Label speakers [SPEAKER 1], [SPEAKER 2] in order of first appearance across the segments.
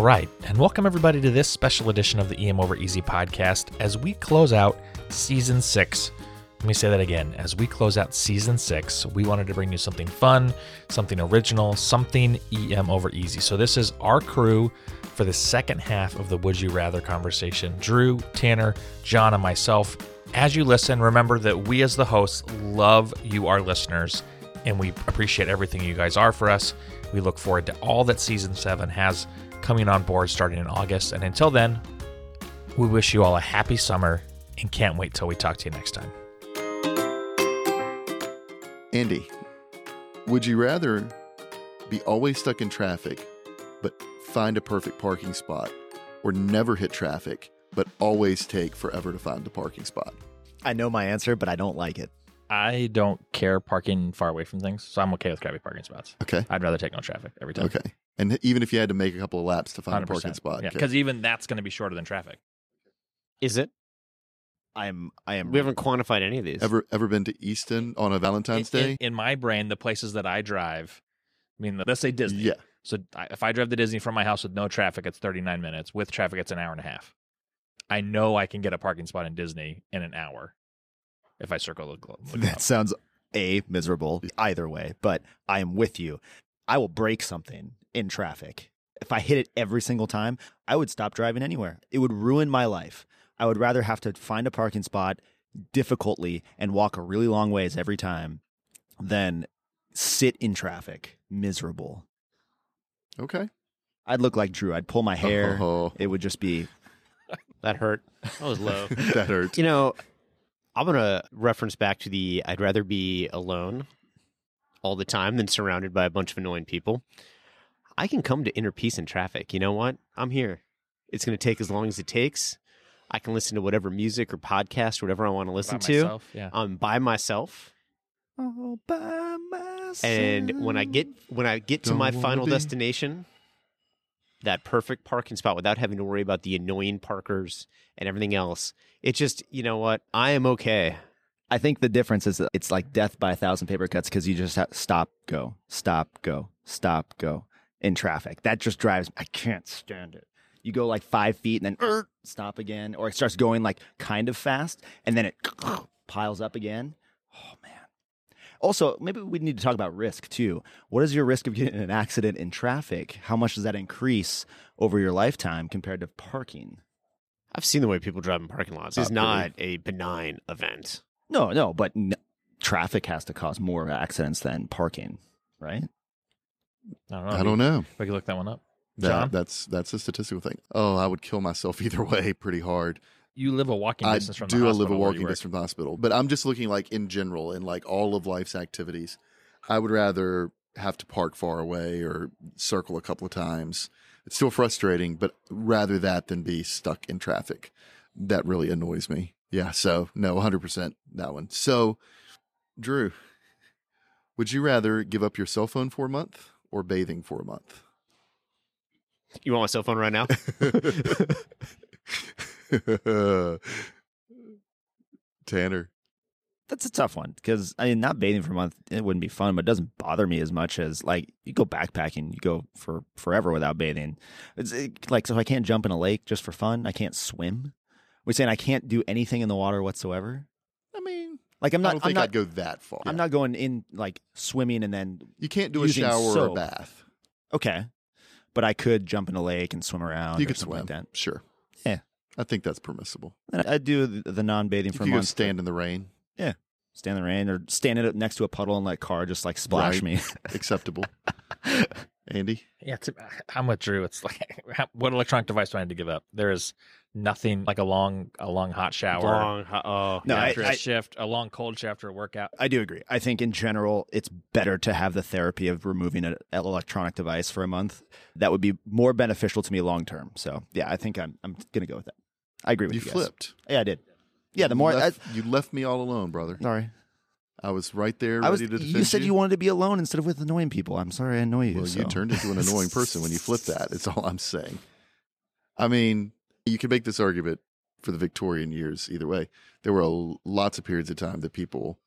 [SPEAKER 1] right, and welcome everybody to this special edition of the EM Over Easy podcast as we close out season six. Let me say that again. As we close out season six, we wanted to bring you something fun, something original, something EM Over Easy. So, this is our crew for the second half of the Would You Rather conversation Drew, Tanner, John, and myself. As you listen, remember that we, as the hosts, love you, our listeners, and we appreciate everything you guys are for us. We look forward to all that season seven has coming on board starting in August. And until then, we wish you all a happy summer and can't wait till we talk to you next time.
[SPEAKER 2] Andy, would you rather be always stuck in traffic, but find a perfect parking spot, or never hit traffic, but always take forever to find a parking spot?
[SPEAKER 3] I know my answer, but I don't like it.
[SPEAKER 4] I don't care parking far away from things, so I'm okay with crappy parking spots.
[SPEAKER 2] Okay.
[SPEAKER 4] I'd rather take no traffic every time.
[SPEAKER 2] Okay. And even if you had to make a couple of laps to find a parking spot,
[SPEAKER 4] Yeah,
[SPEAKER 2] okay.
[SPEAKER 4] because even that's going to be shorter than traffic.
[SPEAKER 5] Is it?
[SPEAKER 3] I'm I am
[SPEAKER 5] We haven't quantified any of these.
[SPEAKER 2] ever ever been to Easton on a Valentine's
[SPEAKER 4] In-
[SPEAKER 2] Day?
[SPEAKER 4] In, in my brain, the places that I drive, I mean, let's say Disney.
[SPEAKER 2] Yeah.
[SPEAKER 4] So I, if I drive to Disney from my house with no traffic, it's 39 minutes. With traffic, it's an hour and a half. I know I can get a parking spot in Disney in an hour if I circle the globe.
[SPEAKER 3] that sounds a miserable either way, but I am with you. I will break something in traffic. If I hit it every single time, I would stop driving anywhere. It would ruin my life. I would rather have to find a parking spot difficultly and walk a really long ways every time than sit in traffic miserable.
[SPEAKER 2] Okay.
[SPEAKER 3] I'd look like Drew. I'd pull my hair.
[SPEAKER 2] Oh,
[SPEAKER 3] It would just be
[SPEAKER 5] That hurt. That was low.
[SPEAKER 2] that hurts.
[SPEAKER 5] you know, I'm gonna reference back to the I'd rather be alone all the time than surrounded by a bunch of annoying people. I can come to inner peace in traffic. You know what? I'm here. It's gonna take as long as it takes. I can listen to whatever music or podcast, whatever I want to listen
[SPEAKER 4] By
[SPEAKER 5] to.
[SPEAKER 4] myself, Yeah.
[SPEAKER 5] I'm by myself.
[SPEAKER 3] all by myself.
[SPEAKER 5] And when I get when I get to
[SPEAKER 2] Don't
[SPEAKER 5] my
[SPEAKER 2] wanna
[SPEAKER 5] final
[SPEAKER 2] be-
[SPEAKER 5] destination, that perfect parking spot without having to worry about the annoying parkers and everything else. It just, you know what? I am okay.
[SPEAKER 3] I think the difference is that it's like death by a thousand paper cuts because you just have stop, go, stop, go, stop, go in traffic. That just drives. I can't stand it. You go like five feet and then er, stop again, or it starts going like kind of fast and then it piles up again. Oh man. Also, maybe we need to talk about risk too. What is your risk of getting in an accident in traffic? How much does that increase over your lifetime compared to parking?
[SPEAKER 5] I've seen the way people drive in parking lots. It's
[SPEAKER 2] Absolutely.
[SPEAKER 5] not a benign event.
[SPEAKER 3] No, no, but n- traffic has to cause more accidents than parking, right?
[SPEAKER 4] I don't know.
[SPEAKER 2] I don't know.
[SPEAKER 4] We could look that one up.
[SPEAKER 2] That,
[SPEAKER 4] John?
[SPEAKER 2] That's that's a statistical thing. Oh, I would kill myself either way pretty hard.
[SPEAKER 4] You live a walking
[SPEAKER 2] I
[SPEAKER 4] distance from the
[SPEAKER 2] do
[SPEAKER 4] hospital.
[SPEAKER 2] live a
[SPEAKER 4] where you
[SPEAKER 2] walking
[SPEAKER 4] work.
[SPEAKER 2] distance from the hospital, but I'm just looking like in general in like all of life's activities. I would rather have to park far away or circle a couple of times. It's still frustrating, but rather that than be stuck in traffic. That really annoys me. Yeah, so no, 100% that one. So, Drew, would you rather give up your cell phone for a month or bathing for a month?
[SPEAKER 5] You want my cell phone right now?
[SPEAKER 2] Tanner.
[SPEAKER 3] That's a tough one because I mean, not bathing for a month it wouldn't be fun, but it doesn't bother me as much as like you go backpacking, you go for forever without bathing. It's it, like so I can't jump in a lake just for fun. I can't swim. We're saying I can't do anything in the water whatsoever.
[SPEAKER 2] I mean,
[SPEAKER 3] Like I'm
[SPEAKER 2] I
[SPEAKER 3] not,
[SPEAKER 2] don't
[SPEAKER 3] I'm
[SPEAKER 2] think
[SPEAKER 3] not,
[SPEAKER 2] I'd go that far.
[SPEAKER 3] I'm not going in like swimming and then
[SPEAKER 2] You can't do a
[SPEAKER 3] using
[SPEAKER 2] shower or a
[SPEAKER 3] soap.
[SPEAKER 2] bath.
[SPEAKER 3] okay, but I could jump in a lake and swim around.
[SPEAKER 2] You
[SPEAKER 3] or
[SPEAKER 2] could
[SPEAKER 3] something
[SPEAKER 2] swim.
[SPEAKER 3] like that.
[SPEAKER 2] Sure.
[SPEAKER 3] Yeah.
[SPEAKER 2] I think that's permissible.
[SPEAKER 3] And I I'd do the, the non-bathing
[SPEAKER 2] You
[SPEAKER 3] for a
[SPEAKER 2] could go
[SPEAKER 3] month.
[SPEAKER 2] stand in the rain.
[SPEAKER 3] stand in the rain or stand it up next to a puddle and let car just like splash
[SPEAKER 2] Right.
[SPEAKER 3] me.
[SPEAKER 2] Acceptable. Andy?
[SPEAKER 4] Yeah, it's, I'm with Drew. It's like, what electronic device do I need to give up? There is nothing like a long, a long hot shower,
[SPEAKER 5] Long, oh,
[SPEAKER 3] No, I-
[SPEAKER 4] after a shift, a long cold shift after a workout.
[SPEAKER 3] I do agree. I think in general, it's better to have the therapy of removing an electronic device for a month. That would be more beneficial to me long term. So yeah, I think I'm I'm gonna go with that. I agree with
[SPEAKER 2] You
[SPEAKER 3] you. guys.
[SPEAKER 2] flipped.
[SPEAKER 3] Yeah, I did. Yeah, the more
[SPEAKER 2] you
[SPEAKER 3] I,
[SPEAKER 2] left, you left me all alone, brother.
[SPEAKER 3] sorry,
[SPEAKER 2] I was right there ready
[SPEAKER 3] I was.
[SPEAKER 2] to defend
[SPEAKER 3] You said you wanted to be alone instead of with annoying people. I'm sorry, I annoy you.
[SPEAKER 2] Well,
[SPEAKER 3] so.
[SPEAKER 2] you turned into an annoying person when you flipped that. It's all I'm saying. I mean, you can make this argument for the Victorian years either way. There were l- lots of periods of time that people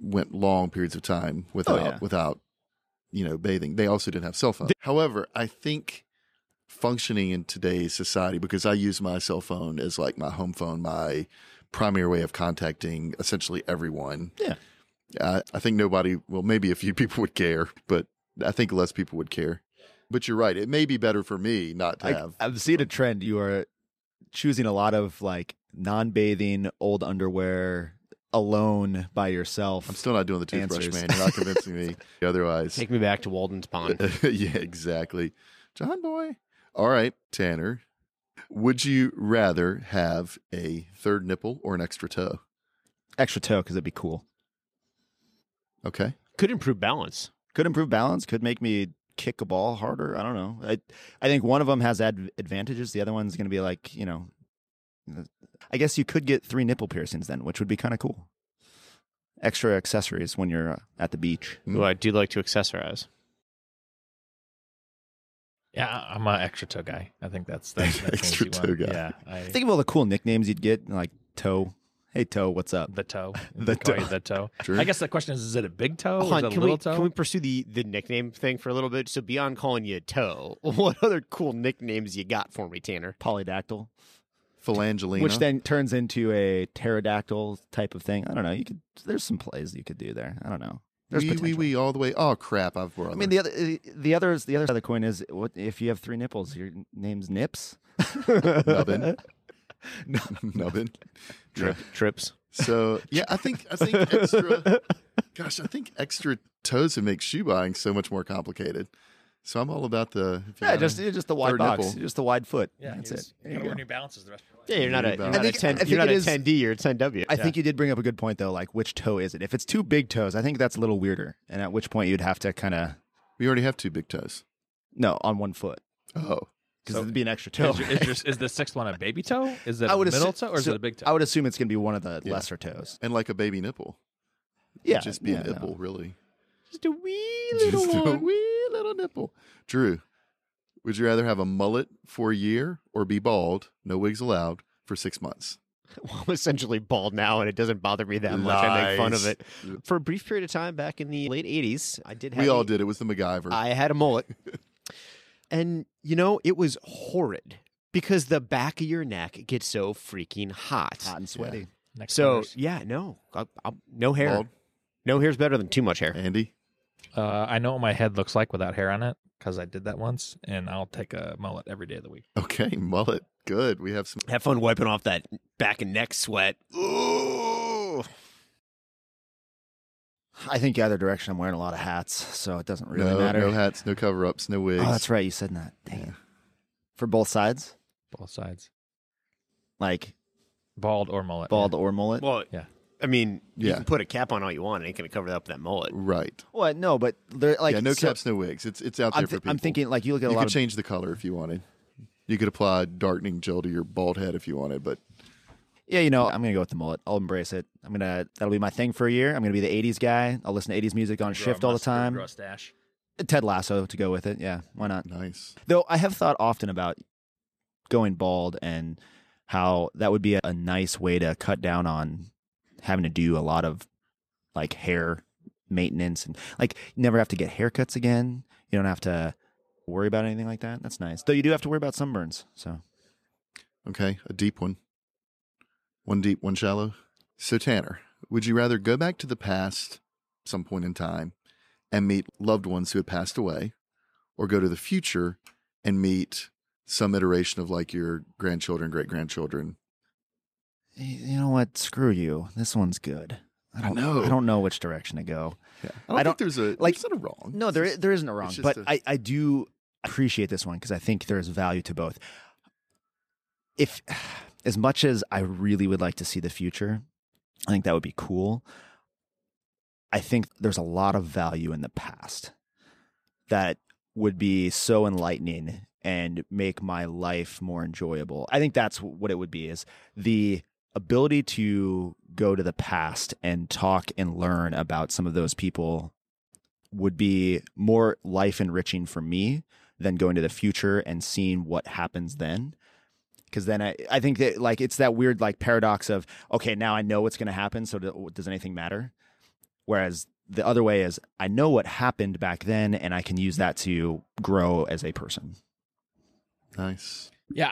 [SPEAKER 2] went long periods of time without
[SPEAKER 3] Oh, yeah.
[SPEAKER 2] without you know bathing. They also didn't have cell phones. However, I think functioning in today's society because I use my cell phone as like my home phone, my primary way of contacting essentially everyone.
[SPEAKER 3] Yeah.
[SPEAKER 2] I, I think nobody, well, maybe a few people would care, but I think less people would care. But you're right. It may be better for me not to
[SPEAKER 3] I,
[SPEAKER 2] have.
[SPEAKER 3] I've seen a trend. You are choosing a lot of like non-bathing, old underwear, alone by yourself.
[SPEAKER 2] I'm still not doing the toothbrush,
[SPEAKER 3] Answers.
[SPEAKER 2] man. You're not convincing me otherwise.
[SPEAKER 5] Take me back to Walden's Pond.
[SPEAKER 2] yeah, exactly. John Boy. All right, Tanner. Would you rather have a third nipple or an extra toe?
[SPEAKER 3] extra toe because it'd be cool.
[SPEAKER 2] Okay.
[SPEAKER 5] Could improve balance.
[SPEAKER 3] Could improve balance. Could make me kick a ball harder. I don't know. I I think one of them has ad- advantages. The other one's going to be like you know. I guess you could get three nipple piercings then, which would be kind of cool. Extra accessories when you're uh, at the beach.
[SPEAKER 2] Mm.
[SPEAKER 5] Ooh, I do like to accessorize.
[SPEAKER 4] Yeah, I- I'm an extra toe guy. I think that's that's, that's an
[SPEAKER 2] Extra
[SPEAKER 4] easy
[SPEAKER 2] toe
[SPEAKER 4] one.
[SPEAKER 2] guy.
[SPEAKER 4] Yeah, I,
[SPEAKER 3] Think of all the cool nicknames you'd get, like toe. Hey toe, what's up?
[SPEAKER 4] the toe.
[SPEAKER 3] The
[SPEAKER 4] Call you
[SPEAKER 3] toe.
[SPEAKER 4] the toe.
[SPEAKER 2] Drew?
[SPEAKER 4] I guess the question is: Is it a big toe?
[SPEAKER 5] Hold
[SPEAKER 4] Or is
[SPEAKER 5] on,
[SPEAKER 4] it a
[SPEAKER 5] can
[SPEAKER 4] little
[SPEAKER 5] we
[SPEAKER 4] toe?
[SPEAKER 5] can we pursue the the nickname thing for a little bit? So beyond calling you Toe, what other cool nicknames you got for me, Tanner?
[SPEAKER 3] Polydactyl,
[SPEAKER 2] Phalangelina.
[SPEAKER 3] which then turns into a pterodactyl type of thing. I don't know. You could. There's some plays you could do there. I don't know. There's
[SPEAKER 2] wee, wee,
[SPEAKER 3] potential.
[SPEAKER 2] wee, all the way. Oh, crap. I've brought
[SPEAKER 3] I mean, the other, eh, the other, the other side of the coin is what if you have three nipples, your name's Nips.
[SPEAKER 2] nubbin. nubbin.
[SPEAKER 5] Trip, trips.
[SPEAKER 2] So, yeah, I think, I think extra, gosh, I think extra toes would make shoe buying so much more complicated. So I'm all about the. if you
[SPEAKER 3] Yeah,
[SPEAKER 2] got
[SPEAKER 3] just
[SPEAKER 2] a-
[SPEAKER 3] it's just the wide
[SPEAKER 2] Third
[SPEAKER 3] box,
[SPEAKER 2] nipple.
[SPEAKER 3] just the wide foot.
[SPEAKER 4] Yeah,
[SPEAKER 3] that's
[SPEAKER 4] you
[SPEAKER 3] it.
[SPEAKER 4] just-
[SPEAKER 3] There
[SPEAKER 4] You
[SPEAKER 3] you
[SPEAKER 4] gotta wear
[SPEAKER 3] go.
[SPEAKER 4] new balances the rest of your life.
[SPEAKER 5] Yeah, you're not a you're
[SPEAKER 2] Rebound.
[SPEAKER 3] I
[SPEAKER 5] not a
[SPEAKER 3] think- I
[SPEAKER 5] ten
[SPEAKER 3] think
[SPEAKER 5] you're not
[SPEAKER 3] it
[SPEAKER 5] a
[SPEAKER 3] is-
[SPEAKER 5] ten D. You're a ten W.
[SPEAKER 3] I think you did bring up a good point though, like which toe is it? If it's two big toes, I think that's a little weirder. And at which point you'd have to kind of
[SPEAKER 2] We already have two big toes.
[SPEAKER 3] no on one foot
[SPEAKER 2] Oh,
[SPEAKER 3] because
[SPEAKER 4] So-
[SPEAKER 3] it'd be an extra toe.
[SPEAKER 4] Is, your, is, your, is the sixth one a baby toe? Is it
[SPEAKER 3] I
[SPEAKER 4] a
[SPEAKER 3] would
[SPEAKER 4] middle
[SPEAKER 3] assu-
[SPEAKER 4] toe or is
[SPEAKER 3] so
[SPEAKER 4] it a big toe?
[SPEAKER 3] I would assume it's going to be one of the
[SPEAKER 2] Yeah.
[SPEAKER 3] lesser toes.
[SPEAKER 2] and like a baby nipple.
[SPEAKER 3] Yeah,
[SPEAKER 2] just be
[SPEAKER 3] yeah,
[SPEAKER 2] an
[SPEAKER 3] no.
[SPEAKER 2] nipple, really.
[SPEAKER 5] just a wee
[SPEAKER 2] Just a wee little nipple. Drew, would you rather have a mullet for a year or be bald, no wigs allowed, for six months?
[SPEAKER 5] I'm essentially bald now, and it doesn't bother me that much. I make fun of it. For a brief period of time back in the late '80s, I did. Have
[SPEAKER 2] We all
[SPEAKER 5] a-
[SPEAKER 2] did. It was the MacGyver.
[SPEAKER 5] I had a mullet, and you know it was horrid because the back of your neck gets so freaking hot.
[SPEAKER 3] Hot and sweaty.
[SPEAKER 4] Next
[SPEAKER 5] So
[SPEAKER 4] numbers.
[SPEAKER 5] yeah, no, I, I, no hair.
[SPEAKER 2] Bald.
[SPEAKER 5] No hair's better than too much hair.
[SPEAKER 2] Andy,
[SPEAKER 4] uh, I know what my head looks like without hair on it because I did that once, and I'll take a mullet every day of the week.
[SPEAKER 2] okay, mullet, good. We have some.
[SPEAKER 5] Have fun wiping off that back and neck sweat. Ooh.
[SPEAKER 3] I think either direction. I'm wearing a lot of hats, so it doesn't really
[SPEAKER 2] no,
[SPEAKER 3] matter.
[SPEAKER 2] no hats, no cover ups, no wigs.
[SPEAKER 3] oh, that's right. You said that. Dang it. For both sides,
[SPEAKER 4] Both sides,
[SPEAKER 3] like
[SPEAKER 4] bald or mullet.
[SPEAKER 3] bald or mullet.
[SPEAKER 5] Well,
[SPEAKER 4] Yeah.
[SPEAKER 5] I mean, you
[SPEAKER 2] Yeah.
[SPEAKER 5] can put a cap on all you want. It ain't gonna cover up that mullet.
[SPEAKER 2] Right.
[SPEAKER 3] What? No, but they're like
[SPEAKER 2] yeah, no
[SPEAKER 3] so-
[SPEAKER 2] caps, no wigs. It's it's out there
[SPEAKER 3] I'm,
[SPEAKER 2] for
[SPEAKER 3] thi-
[SPEAKER 2] people.
[SPEAKER 3] I'm thinking like you look at a
[SPEAKER 2] you
[SPEAKER 3] lot
[SPEAKER 2] could
[SPEAKER 3] of
[SPEAKER 2] change the color if you wanted. You could apply darkening gel to your bald head if you wanted, but
[SPEAKER 3] yeah, you know, I'm gonna go with the mullet. I'll embrace it. I'm gonna that'll be my thing for a year. I'm gonna be the '80s guy. I'll listen to '80s music on
[SPEAKER 4] Grow a
[SPEAKER 3] shift all the
[SPEAKER 4] mustache,
[SPEAKER 3] time.
[SPEAKER 4] grow a stash.
[SPEAKER 3] Ted Lasso to go with it. Yeah, why not?
[SPEAKER 2] nice.
[SPEAKER 3] Though I have thought often about going bald and how that would be a, a nice way to cut down on having to do a lot of like hair maintenance and like you never have to get haircuts again. You don't have to worry about anything like that. That's nice. Though you do have to worry about sunburns. So
[SPEAKER 2] Okay, a deep one. One deep, one shallow. So, Tanner, would you rather go back to the past some point in time and meet loved ones who had passed away, or go to the future and meet some iteration of like your grandchildren, great grandchildren?
[SPEAKER 3] y- you know what? Screw you. This one's good. I don't
[SPEAKER 2] know.
[SPEAKER 3] I don't know which direction to go.
[SPEAKER 2] I don't,
[SPEAKER 3] I don't-
[SPEAKER 2] think there's a
[SPEAKER 3] like-
[SPEAKER 2] there's not a wrong.
[SPEAKER 3] No, there i- there isn't a wrong,
[SPEAKER 2] just
[SPEAKER 3] but
[SPEAKER 2] a-
[SPEAKER 3] I I do appreciate this one because I think there is value to both. If as much as I really would like to see the future, I think that would be cool. I think there's a lot of value in the past that would be so enlightening and make my life more enjoyable. I think that's what it would be is the ability to go to the past and talk and learn about some of those people would be more life enriching for me than going to the future and seeing what happens then. Cause then I, I think that like it's that weird like paradox of, okay, now I know what's going to happen. So do- does anything matter? Whereas the other way is I know what happened back then and I can use that to grow as a person.
[SPEAKER 2] Nice.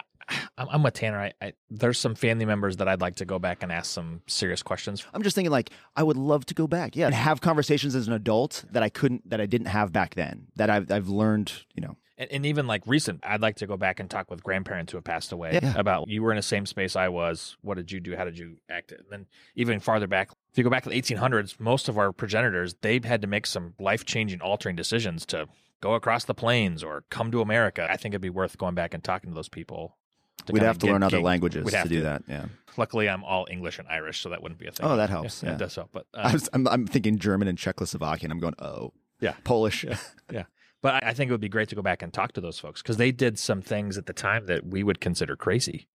[SPEAKER 4] I'm, I'm with Tanner. I, I there's some family members that I'd like to go back and ask some serious questions.
[SPEAKER 3] I'm just thinking like I would love to go back. Yeah, and have conversations as an adult that I couldn't that I didn't have back then. That I've I've learned, you know.
[SPEAKER 4] And, and even like recent, I'd like to go back and talk with grandparents who have passed away
[SPEAKER 3] Yeah.
[SPEAKER 4] about you were in the same space I was. What did you do? How did you act? And then even farther back, if you go back to the 1800s, most of our progenitors they had to make some life changing, altering decisions to go across the plains or come to America. I think it'd be worth going back and talking to those people. to
[SPEAKER 3] We'd
[SPEAKER 4] kinda
[SPEAKER 3] have to
[SPEAKER 4] get-
[SPEAKER 3] learn other
[SPEAKER 4] get-
[SPEAKER 3] languages
[SPEAKER 4] we'd
[SPEAKER 3] to
[SPEAKER 4] have
[SPEAKER 3] do
[SPEAKER 4] to.
[SPEAKER 3] that. Yeah.
[SPEAKER 4] Luckily, I'm all English and Irish, so that wouldn't be a thing.
[SPEAKER 3] Oh, that helps,
[SPEAKER 4] Yeah,
[SPEAKER 3] yeah.
[SPEAKER 4] It does help. But uh,
[SPEAKER 3] I was, I'm I'm thinking German and Czechoslovakian. I'm going, "Oh."
[SPEAKER 4] Yeah.
[SPEAKER 3] Polish.
[SPEAKER 4] But I I think it would be great to go back and talk to those folks because they did some things at the time that we would consider crazy.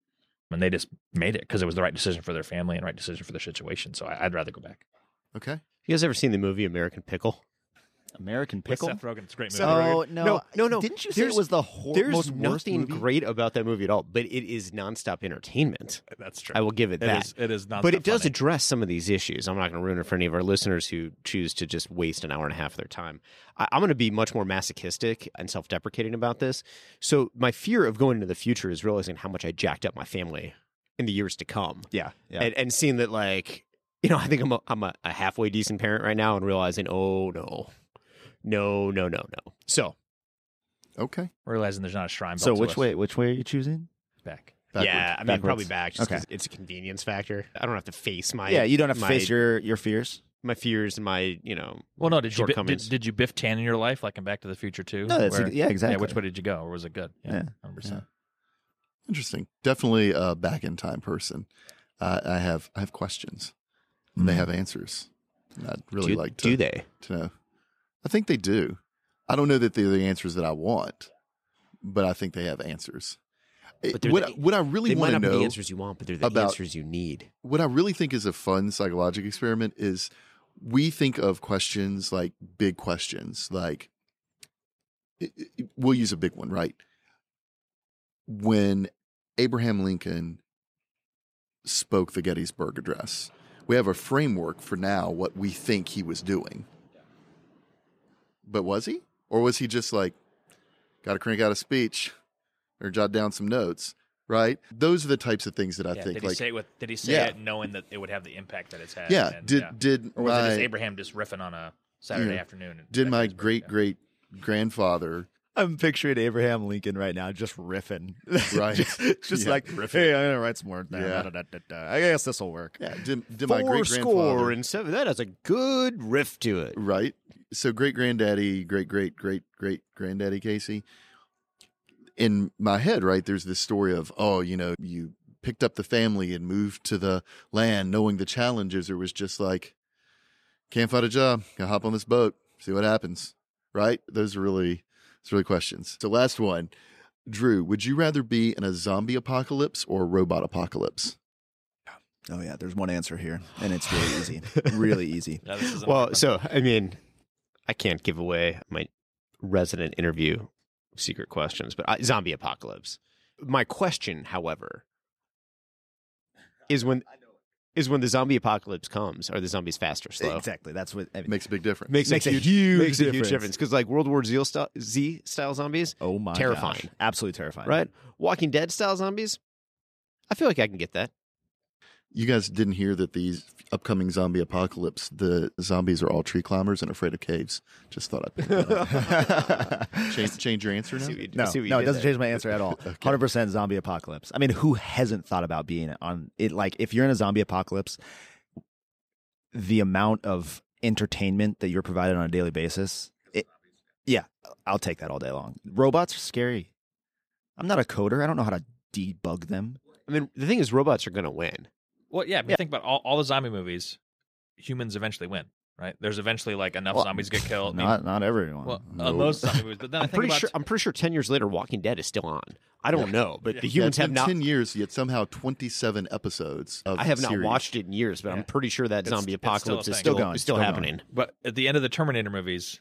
[SPEAKER 4] And they just made it because it was the right decision for their family and right decision for their situation. So I, I'd rather go back.
[SPEAKER 2] Okay.
[SPEAKER 5] You guys ever seen the movie American Pickle?
[SPEAKER 3] American
[SPEAKER 4] With
[SPEAKER 3] pickle.
[SPEAKER 4] Seth Rogen, it's a great movie.
[SPEAKER 5] Seth
[SPEAKER 3] Oh,
[SPEAKER 5] Rogen.
[SPEAKER 3] no.
[SPEAKER 5] No, no, no.
[SPEAKER 3] Didn't you say
[SPEAKER 5] There's-
[SPEAKER 3] it was the hor-
[SPEAKER 5] There's
[SPEAKER 3] most worst
[SPEAKER 5] nothing
[SPEAKER 3] movie?
[SPEAKER 5] great about that movie at all, but it is nonstop entertainment.
[SPEAKER 4] That's true.
[SPEAKER 5] I will give it
[SPEAKER 4] It
[SPEAKER 5] that.
[SPEAKER 4] is, it is not.
[SPEAKER 5] but it does address some of these issues. I'm not going to ruin it for any of our listeners who choose to just waste an hour and a half of their time. I, I'm going to be much more masochistic and self deprecating about this. So, my fear of going into the future is realizing how much I jacked up my family in the years to come
[SPEAKER 3] Yeah. Yeah.
[SPEAKER 5] and, and seeing that, like, you know, I think I'm, a, I'm a, a halfway decent parent right now and realizing, oh, no, no, no, no, no. So,
[SPEAKER 2] Okay.
[SPEAKER 4] realizing there's not a shrine.
[SPEAKER 3] so
[SPEAKER 4] built to
[SPEAKER 3] which
[SPEAKER 4] us.
[SPEAKER 3] way which way are you choosing?
[SPEAKER 4] back?
[SPEAKER 5] yeah, I mean,
[SPEAKER 3] Backwards.
[SPEAKER 5] probably back just 'cause
[SPEAKER 3] Okay.
[SPEAKER 5] it's a convenience factor. I don't have to face my,
[SPEAKER 3] yeah, you don't have to
[SPEAKER 5] my-
[SPEAKER 3] face your your fears.
[SPEAKER 5] my fears and my, you know,
[SPEAKER 4] Well, no. Did you bi- did,
[SPEAKER 5] Shortcomings.
[SPEAKER 4] did you biff tan in your life like in Back to the Future too?
[SPEAKER 3] No, that's
[SPEAKER 4] Where-
[SPEAKER 3] yeah, exactly.
[SPEAKER 4] yeah. Which way did you go, or was it good?
[SPEAKER 3] Yeah,
[SPEAKER 4] 100%.
[SPEAKER 2] Interesting. Definitely a back in time person. Uh, I have I have questions. And they have answers. And I'd really
[SPEAKER 5] Mm-hmm. do,
[SPEAKER 2] like to
[SPEAKER 5] do they?
[SPEAKER 2] to know. I think they do. I don't know that they're the answers that I want, but I think they have answers. Eh,
[SPEAKER 5] But they're
[SPEAKER 2] what,
[SPEAKER 5] the-
[SPEAKER 2] I- what I really
[SPEAKER 5] They
[SPEAKER 2] want
[SPEAKER 5] might
[SPEAKER 2] to
[SPEAKER 5] not be
[SPEAKER 2] know,
[SPEAKER 5] the answers you want, but they're the
[SPEAKER 2] about-
[SPEAKER 5] answers you need.
[SPEAKER 2] what I really think is a fun psychologic experiment is we think of questions like big questions, like i- i- we'll use a big one, right? When Abraham Lincoln spoke the Gettysburg Address, we have a framework for now what we think he was doing. But was he? Or was he just like, got to crank out a speech or jot down some notes, right? Those are the types of things that I
[SPEAKER 4] Yeah,
[SPEAKER 2] think
[SPEAKER 4] did he
[SPEAKER 2] like
[SPEAKER 4] say it with? Did he say
[SPEAKER 2] Yeah.
[SPEAKER 4] it knowing that it would have the impact that it's had?
[SPEAKER 2] yeah
[SPEAKER 4] and-
[SPEAKER 2] did did
[SPEAKER 4] or was it just
[SPEAKER 2] my
[SPEAKER 4] Abraham just riffing on a Saturday
[SPEAKER 2] Yeah.
[SPEAKER 4] afternoon? at
[SPEAKER 2] did my
[SPEAKER 4] Gettysburg?
[SPEAKER 2] great
[SPEAKER 4] Yeah.
[SPEAKER 2] great grandfather
[SPEAKER 3] I'm picturing Abraham Lincoln right now just riffing.
[SPEAKER 2] Right.
[SPEAKER 3] just just
[SPEAKER 2] Yeah,
[SPEAKER 3] like,
[SPEAKER 2] riffing.
[SPEAKER 3] hey, I'm going to write some more. down.
[SPEAKER 2] Yeah.
[SPEAKER 3] Da, da, da, da. I guess this will work.
[SPEAKER 2] yeah did, did my great
[SPEAKER 5] score
[SPEAKER 2] grandfather
[SPEAKER 5] and seven. That has a good riff to it.
[SPEAKER 2] right so great granddaddy great great great great granddaddy Casey in my head right there's this story of oh you know you picked up the family and moved to the land knowing the challenges or was just like can't find a job gotta hop on this boat see what happens right those are really those are really questions so last one drew would you rather be in a zombie apocalypse or a robot apocalypse
[SPEAKER 3] Oh, yeah. There's one answer here, and it's really easy. really easy.
[SPEAKER 4] Yeah, this is an
[SPEAKER 5] Well,
[SPEAKER 4] awkward
[SPEAKER 5] so I mean, I can't give away my resident interview secret questions, but I, zombie apocalypse. My question, however, is when is when the zombie apocalypse comes, are the zombies fast
[SPEAKER 2] E,
[SPEAKER 5] or slow?
[SPEAKER 3] Exactly. That's what I mean.
[SPEAKER 2] makes a big difference.
[SPEAKER 5] Makes,
[SPEAKER 3] Makes
[SPEAKER 5] a
[SPEAKER 3] a
[SPEAKER 5] huge,
[SPEAKER 3] huge
[SPEAKER 5] makes a huge
[SPEAKER 3] difference.
[SPEAKER 5] difference because like World War Z style, Z style zombies,
[SPEAKER 3] Oh, my
[SPEAKER 5] Terrifying.
[SPEAKER 3] gosh. Absolutely terrifying.
[SPEAKER 5] right? Walking Dead style zombies. I feel like I can get that.
[SPEAKER 2] you guys didn't hear that these upcoming zombie apocalypse, the zombies are all tree climbers and afraid of caves. Just thought I'd pick that up. change, change your answer now.
[SPEAKER 5] See what you-
[SPEAKER 3] No,
[SPEAKER 5] see what you
[SPEAKER 3] no, it
[SPEAKER 5] did
[SPEAKER 3] doesn't
[SPEAKER 5] there.
[SPEAKER 3] change my answer at all. Hundred percent zombie apocalypse. I mean, who hasn't thought about being on it? Like, if you're in a zombie apocalypse, the amount of entertainment that you're provided on a daily basis, it, yeah, I'll take that all day long. Robots are scary. I'm not a coder. I don't know how to debug them.
[SPEAKER 5] I mean, the thing is, robots are going to win.
[SPEAKER 4] Well, yeah, I mean,
[SPEAKER 3] Yeah.
[SPEAKER 4] think about all, all the zombie movies. Humans eventually win, right? There's eventually like enough
[SPEAKER 3] Well,
[SPEAKER 4] zombies get killed. I mean,
[SPEAKER 3] Not, not everyone.
[SPEAKER 4] well,
[SPEAKER 2] no.
[SPEAKER 4] uh, most zombie movies, but then i
[SPEAKER 5] I'm
[SPEAKER 4] think
[SPEAKER 5] pretty
[SPEAKER 4] about
[SPEAKER 5] sure. I'm pretty sure. Ten years later, Walking Dead is still on. I don't know, but
[SPEAKER 4] Yeah.
[SPEAKER 5] the
[SPEAKER 2] Yeah,
[SPEAKER 5] humans
[SPEAKER 2] it's
[SPEAKER 5] have
[SPEAKER 2] been
[SPEAKER 5] not.
[SPEAKER 2] ten years, yet somehow twenty-seven episodes. Of
[SPEAKER 5] I have not
[SPEAKER 2] series.
[SPEAKER 5] watched it in years, but
[SPEAKER 4] Yeah.
[SPEAKER 5] I'm pretty sure that
[SPEAKER 4] It's-
[SPEAKER 5] zombie
[SPEAKER 4] it's still a
[SPEAKER 5] apocalypse is
[SPEAKER 4] thing.
[SPEAKER 5] still
[SPEAKER 3] Still going,
[SPEAKER 5] is still,
[SPEAKER 3] still
[SPEAKER 5] happening.
[SPEAKER 4] but at the end of the Terminator movies,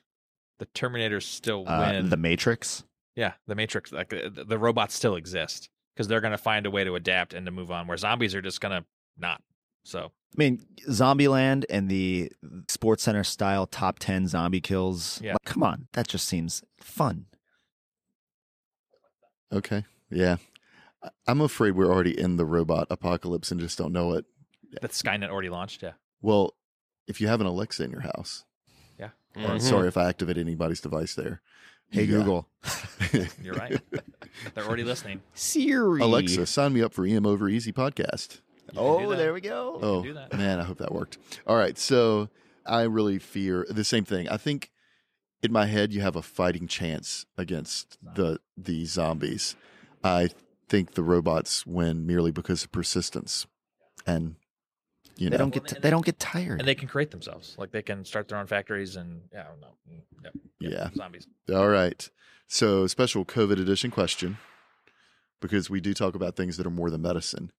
[SPEAKER 4] the Terminators still
[SPEAKER 3] uh,
[SPEAKER 4] win.
[SPEAKER 3] the Matrix.
[SPEAKER 4] yeah, the Matrix, like uh, the, the robots still exist because they're going to find a way to adapt and to move on, where zombies are just going to not. So
[SPEAKER 3] I mean, Zombieland and the Sports Center style top ten zombie kills.
[SPEAKER 4] Yeah.
[SPEAKER 3] Like, come on, that just seems fun.
[SPEAKER 2] Okay, Yeah. I- I'm afraid we're already in the robot apocalypse and just don't know it.
[SPEAKER 4] That Skynet already launched. Yeah.
[SPEAKER 2] Well, if you have an Alexa in your house, uh,
[SPEAKER 5] Mhm.
[SPEAKER 2] sorry if I activate anybody's device there.
[SPEAKER 3] Hey
[SPEAKER 2] Yeah.
[SPEAKER 3] Google.
[SPEAKER 4] You're right. They're already listening.
[SPEAKER 5] Siri.
[SPEAKER 2] Alexa, sign me up for EM Over Easy podcast.
[SPEAKER 4] You can do
[SPEAKER 3] Oh,
[SPEAKER 4] that.
[SPEAKER 3] there we go.
[SPEAKER 2] Oh,
[SPEAKER 4] do that.
[SPEAKER 2] man, I hope that worked. All right. So I really fear the same thing. I think in my head, you have a fighting chance against the, the zombies. I think the robots win merely because of persistence. And, you
[SPEAKER 3] They
[SPEAKER 2] know,
[SPEAKER 3] don't get they don't get tired.
[SPEAKER 4] And they can create themselves. Like they can start their own factories and yeah, I don't know. Mm, Yep, yep,
[SPEAKER 2] Yeah.
[SPEAKER 4] Zombies.
[SPEAKER 2] All right. So, special COVID edition question because we do talk about things that are more than medicine.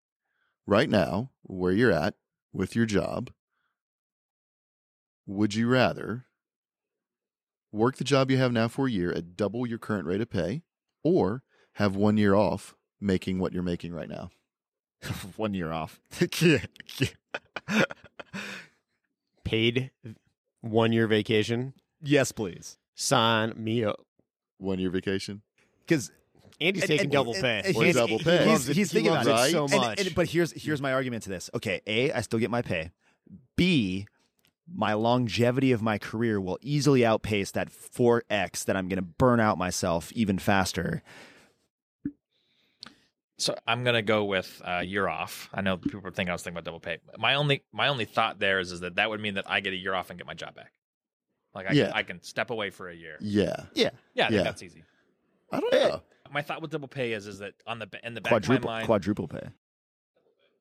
[SPEAKER 2] Right now, where you're at with your job, would you rather work the job you have now for a year at double your current rate of pay or have one year off making what you're making right now?
[SPEAKER 3] One year off.
[SPEAKER 5] Paid one year vacation.
[SPEAKER 3] yes, please.
[SPEAKER 5] Sign me up.
[SPEAKER 2] One year vacation?
[SPEAKER 3] Because
[SPEAKER 5] Andy's
[SPEAKER 3] And-
[SPEAKER 5] taking
[SPEAKER 3] and-
[SPEAKER 5] double
[SPEAKER 3] and-
[SPEAKER 5] pay.
[SPEAKER 3] and-
[SPEAKER 2] Or
[SPEAKER 3] He's-
[SPEAKER 2] double
[SPEAKER 5] he
[SPEAKER 2] pay?
[SPEAKER 5] loves
[SPEAKER 3] he's,
[SPEAKER 5] it.
[SPEAKER 3] he's
[SPEAKER 5] He
[SPEAKER 3] thinking
[SPEAKER 5] loves
[SPEAKER 3] about
[SPEAKER 2] it
[SPEAKER 3] it
[SPEAKER 2] so
[SPEAKER 3] And-
[SPEAKER 5] much.
[SPEAKER 3] and- but here's here's my argument to this. Okay, a I still get my pay. B my longevity of my career will easily outpace that 4x that I'm going to burn out myself even faster.
[SPEAKER 4] So I'm gonna go with uh, year off. I know people think I was thinking about double pay. My only my only thought there is is that that would mean that I get a year off and get my job back. Like I
[SPEAKER 2] Yeah.
[SPEAKER 4] can, I can step away for a year.
[SPEAKER 2] Yeah.
[SPEAKER 4] Yeah, I think
[SPEAKER 2] Yeah.
[SPEAKER 4] that's easy.
[SPEAKER 2] I don't know.
[SPEAKER 4] My thought with double pay is is that on the ba- in the back of my
[SPEAKER 3] Quadruple
[SPEAKER 4] mind,
[SPEAKER 3] quadruple pay.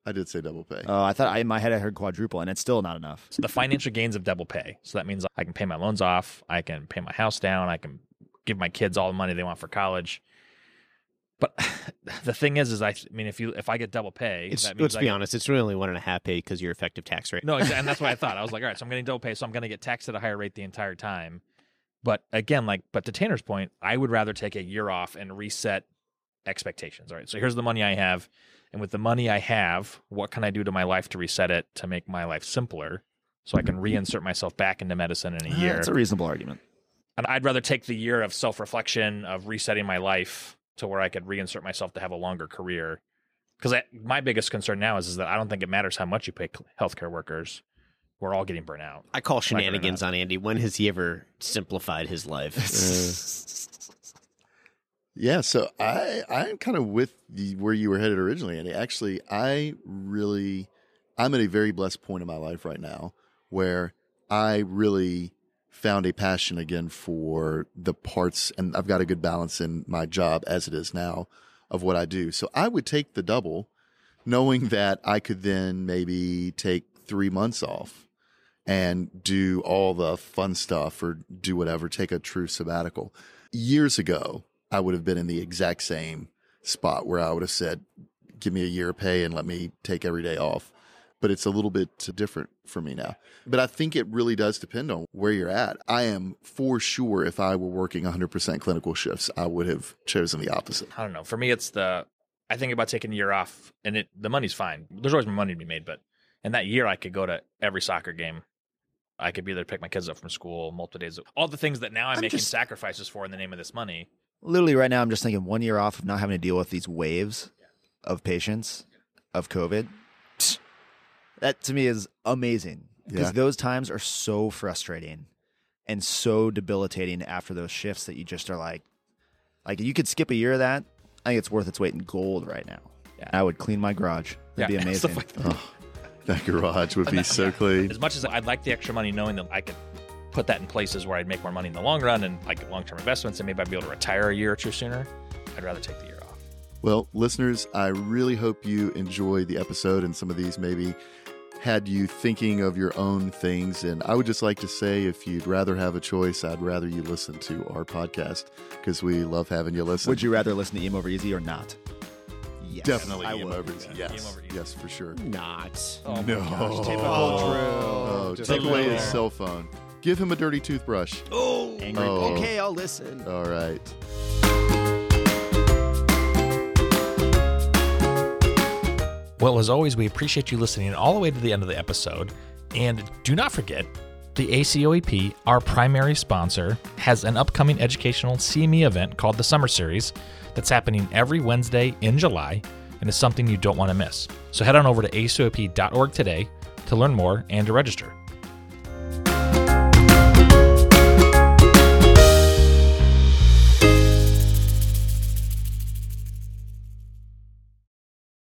[SPEAKER 2] I did say double pay.
[SPEAKER 3] Oh, I thought I, in my head I heard quadruple and it's still not enough.
[SPEAKER 4] the financial gains of double pay. So that means I can pay my loans off, I can pay my house down, I can give my kids all the money they want for college. But the thing is, is I, I mean, if you if I get double pay,
[SPEAKER 5] It's,
[SPEAKER 4] that means
[SPEAKER 5] let's
[SPEAKER 4] I
[SPEAKER 5] be
[SPEAKER 4] get-
[SPEAKER 5] honest. It's really only one and a half pay because your effective tax rate.
[SPEAKER 4] No, exactly, and that's what I thought. I was like, all right, so I'm getting double pay, so I'm going to get taxed at a higher rate the entire time. But again, like, but to Tanner's point, I would rather take a year off and reset expectations. All right, so here's the money I have, and with the money I have, what can I do to my life to reset it to make my life simpler, so I can reinsert myself back into medicine in a
[SPEAKER 3] Ah,
[SPEAKER 4] year?
[SPEAKER 3] That's a reasonable argument.
[SPEAKER 4] and I'd rather take the year of self reflection of resetting my life to where I could reinsert myself to have a longer career. Because my biggest concern now is, is that I don't think it matters how much you pay cl- healthcare workers. We're all getting burnt out.
[SPEAKER 5] I call
[SPEAKER 4] Like it or
[SPEAKER 5] shenanigans on Andy. When has he ever simplified his life?
[SPEAKER 2] Yeah, so I I'm kind of with the, where you were headed originally, and actually, I really I'm at a very blessed point in my life right now where I really found a passion again for the parts, and I've got a good balance in my job as it is now of what I do. So I would take the double, knowing that I could then maybe take three months off and do all the fun stuff or do whatever, take a true sabbatical. Years ago, I would have been in the exact same spot where I would have said, give me a year of pay and let me take every day off. But it's a little bit different for me now. But I think it really does depend on where you're at. I am for sure if I were working 100% clinical shifts, I would have chosen the opposite.
[SPEAKER 4] I don't know. For me, it's the I think about taking a year off, and it the money's fine. There's always money to be made, but in that year, I could go to every soccer game. I could be there to pick my kids up from school multiple days. All the things that now I'm,
[SPEAKER 2] I'm
[SPEAKER 4] making
[SPEAKER 2] just-
[SPEAKER 4] sacrifices for in the name of this money.
[SPEAKER 3] Literally right now I'm just thinking one year off of not having to deal with these waves of patients of COVID. Psst. That to me is amazing because
[SPEAKER 2] Yeah.
[SPEAKER 3] those times are so frustrating and so debilitating after those shifts that you just are like like you could skip a year of that. I think it's worth its weight in gold right now.
[SPEAKER 4] Yeah.
[SPEAKER 3] I would clean my garage. That'd
[SPEAKER 4] Yeah,
[SPEAKER 3] be
[SPEAKER 4] stuff
[SPEAKER 3] amazing.
[SPEAKER 4] like that.
[SPEAKER 2] That garage would be so clean.
[SPEAKER 4] as much as I'd like the extra money, knowing that I could put that in places where I'd make more money in the long run and like long term investments, and maybe I'd be able to retire a year or two sooner, I'd rather take the year off.
[SPEAKER 2] Well, listeners, I really hope you enjoyed the episode and some of these maybe had you thinking of your own things. And I would just like to say if you'd rather have a choice, I'd rather you listen to our podcast because we love having you listen.
[SPEAKER 3] Would you rather listen to EM over easy or not? Yes.
[SPEAKER 2] definitely
[SPEAKER 3] I
[SPEAKER 2] EM
[SPEAKER 3] would.
[SPEAKER 2] over easy. Yes.
[SPEAKER 4] EM E over easy.
[SPEAKER 2] Yes, for sure.
[SPEAKER 5] Not.
[SPEAKER 4] Oh
[SPEAKER 2] no.
[SPEAKER 3] Drew.
[SPEAKER 2] Oh, take away his cell phone. Give him a dirty toothbrush.
[SPEAKER 5] Oh,
[SPEAKER 3] Angry
[SPEAKER 2] Oh.
[SPEAKER 5] okay, I'll listen.
[SPEAKER 2] All right.
[SPEAKER 1] Well, as always, we appreciate you listening all the way to the end of the episode. And do not forget
[SPEAKER 4] The ACOEP, E our primary sponsor, has an upcoming educational CME event called the Summer Series that's happening every Wednesday in July and is E something you don't want to miss. So head on over to acoep.org today to learn more and to register.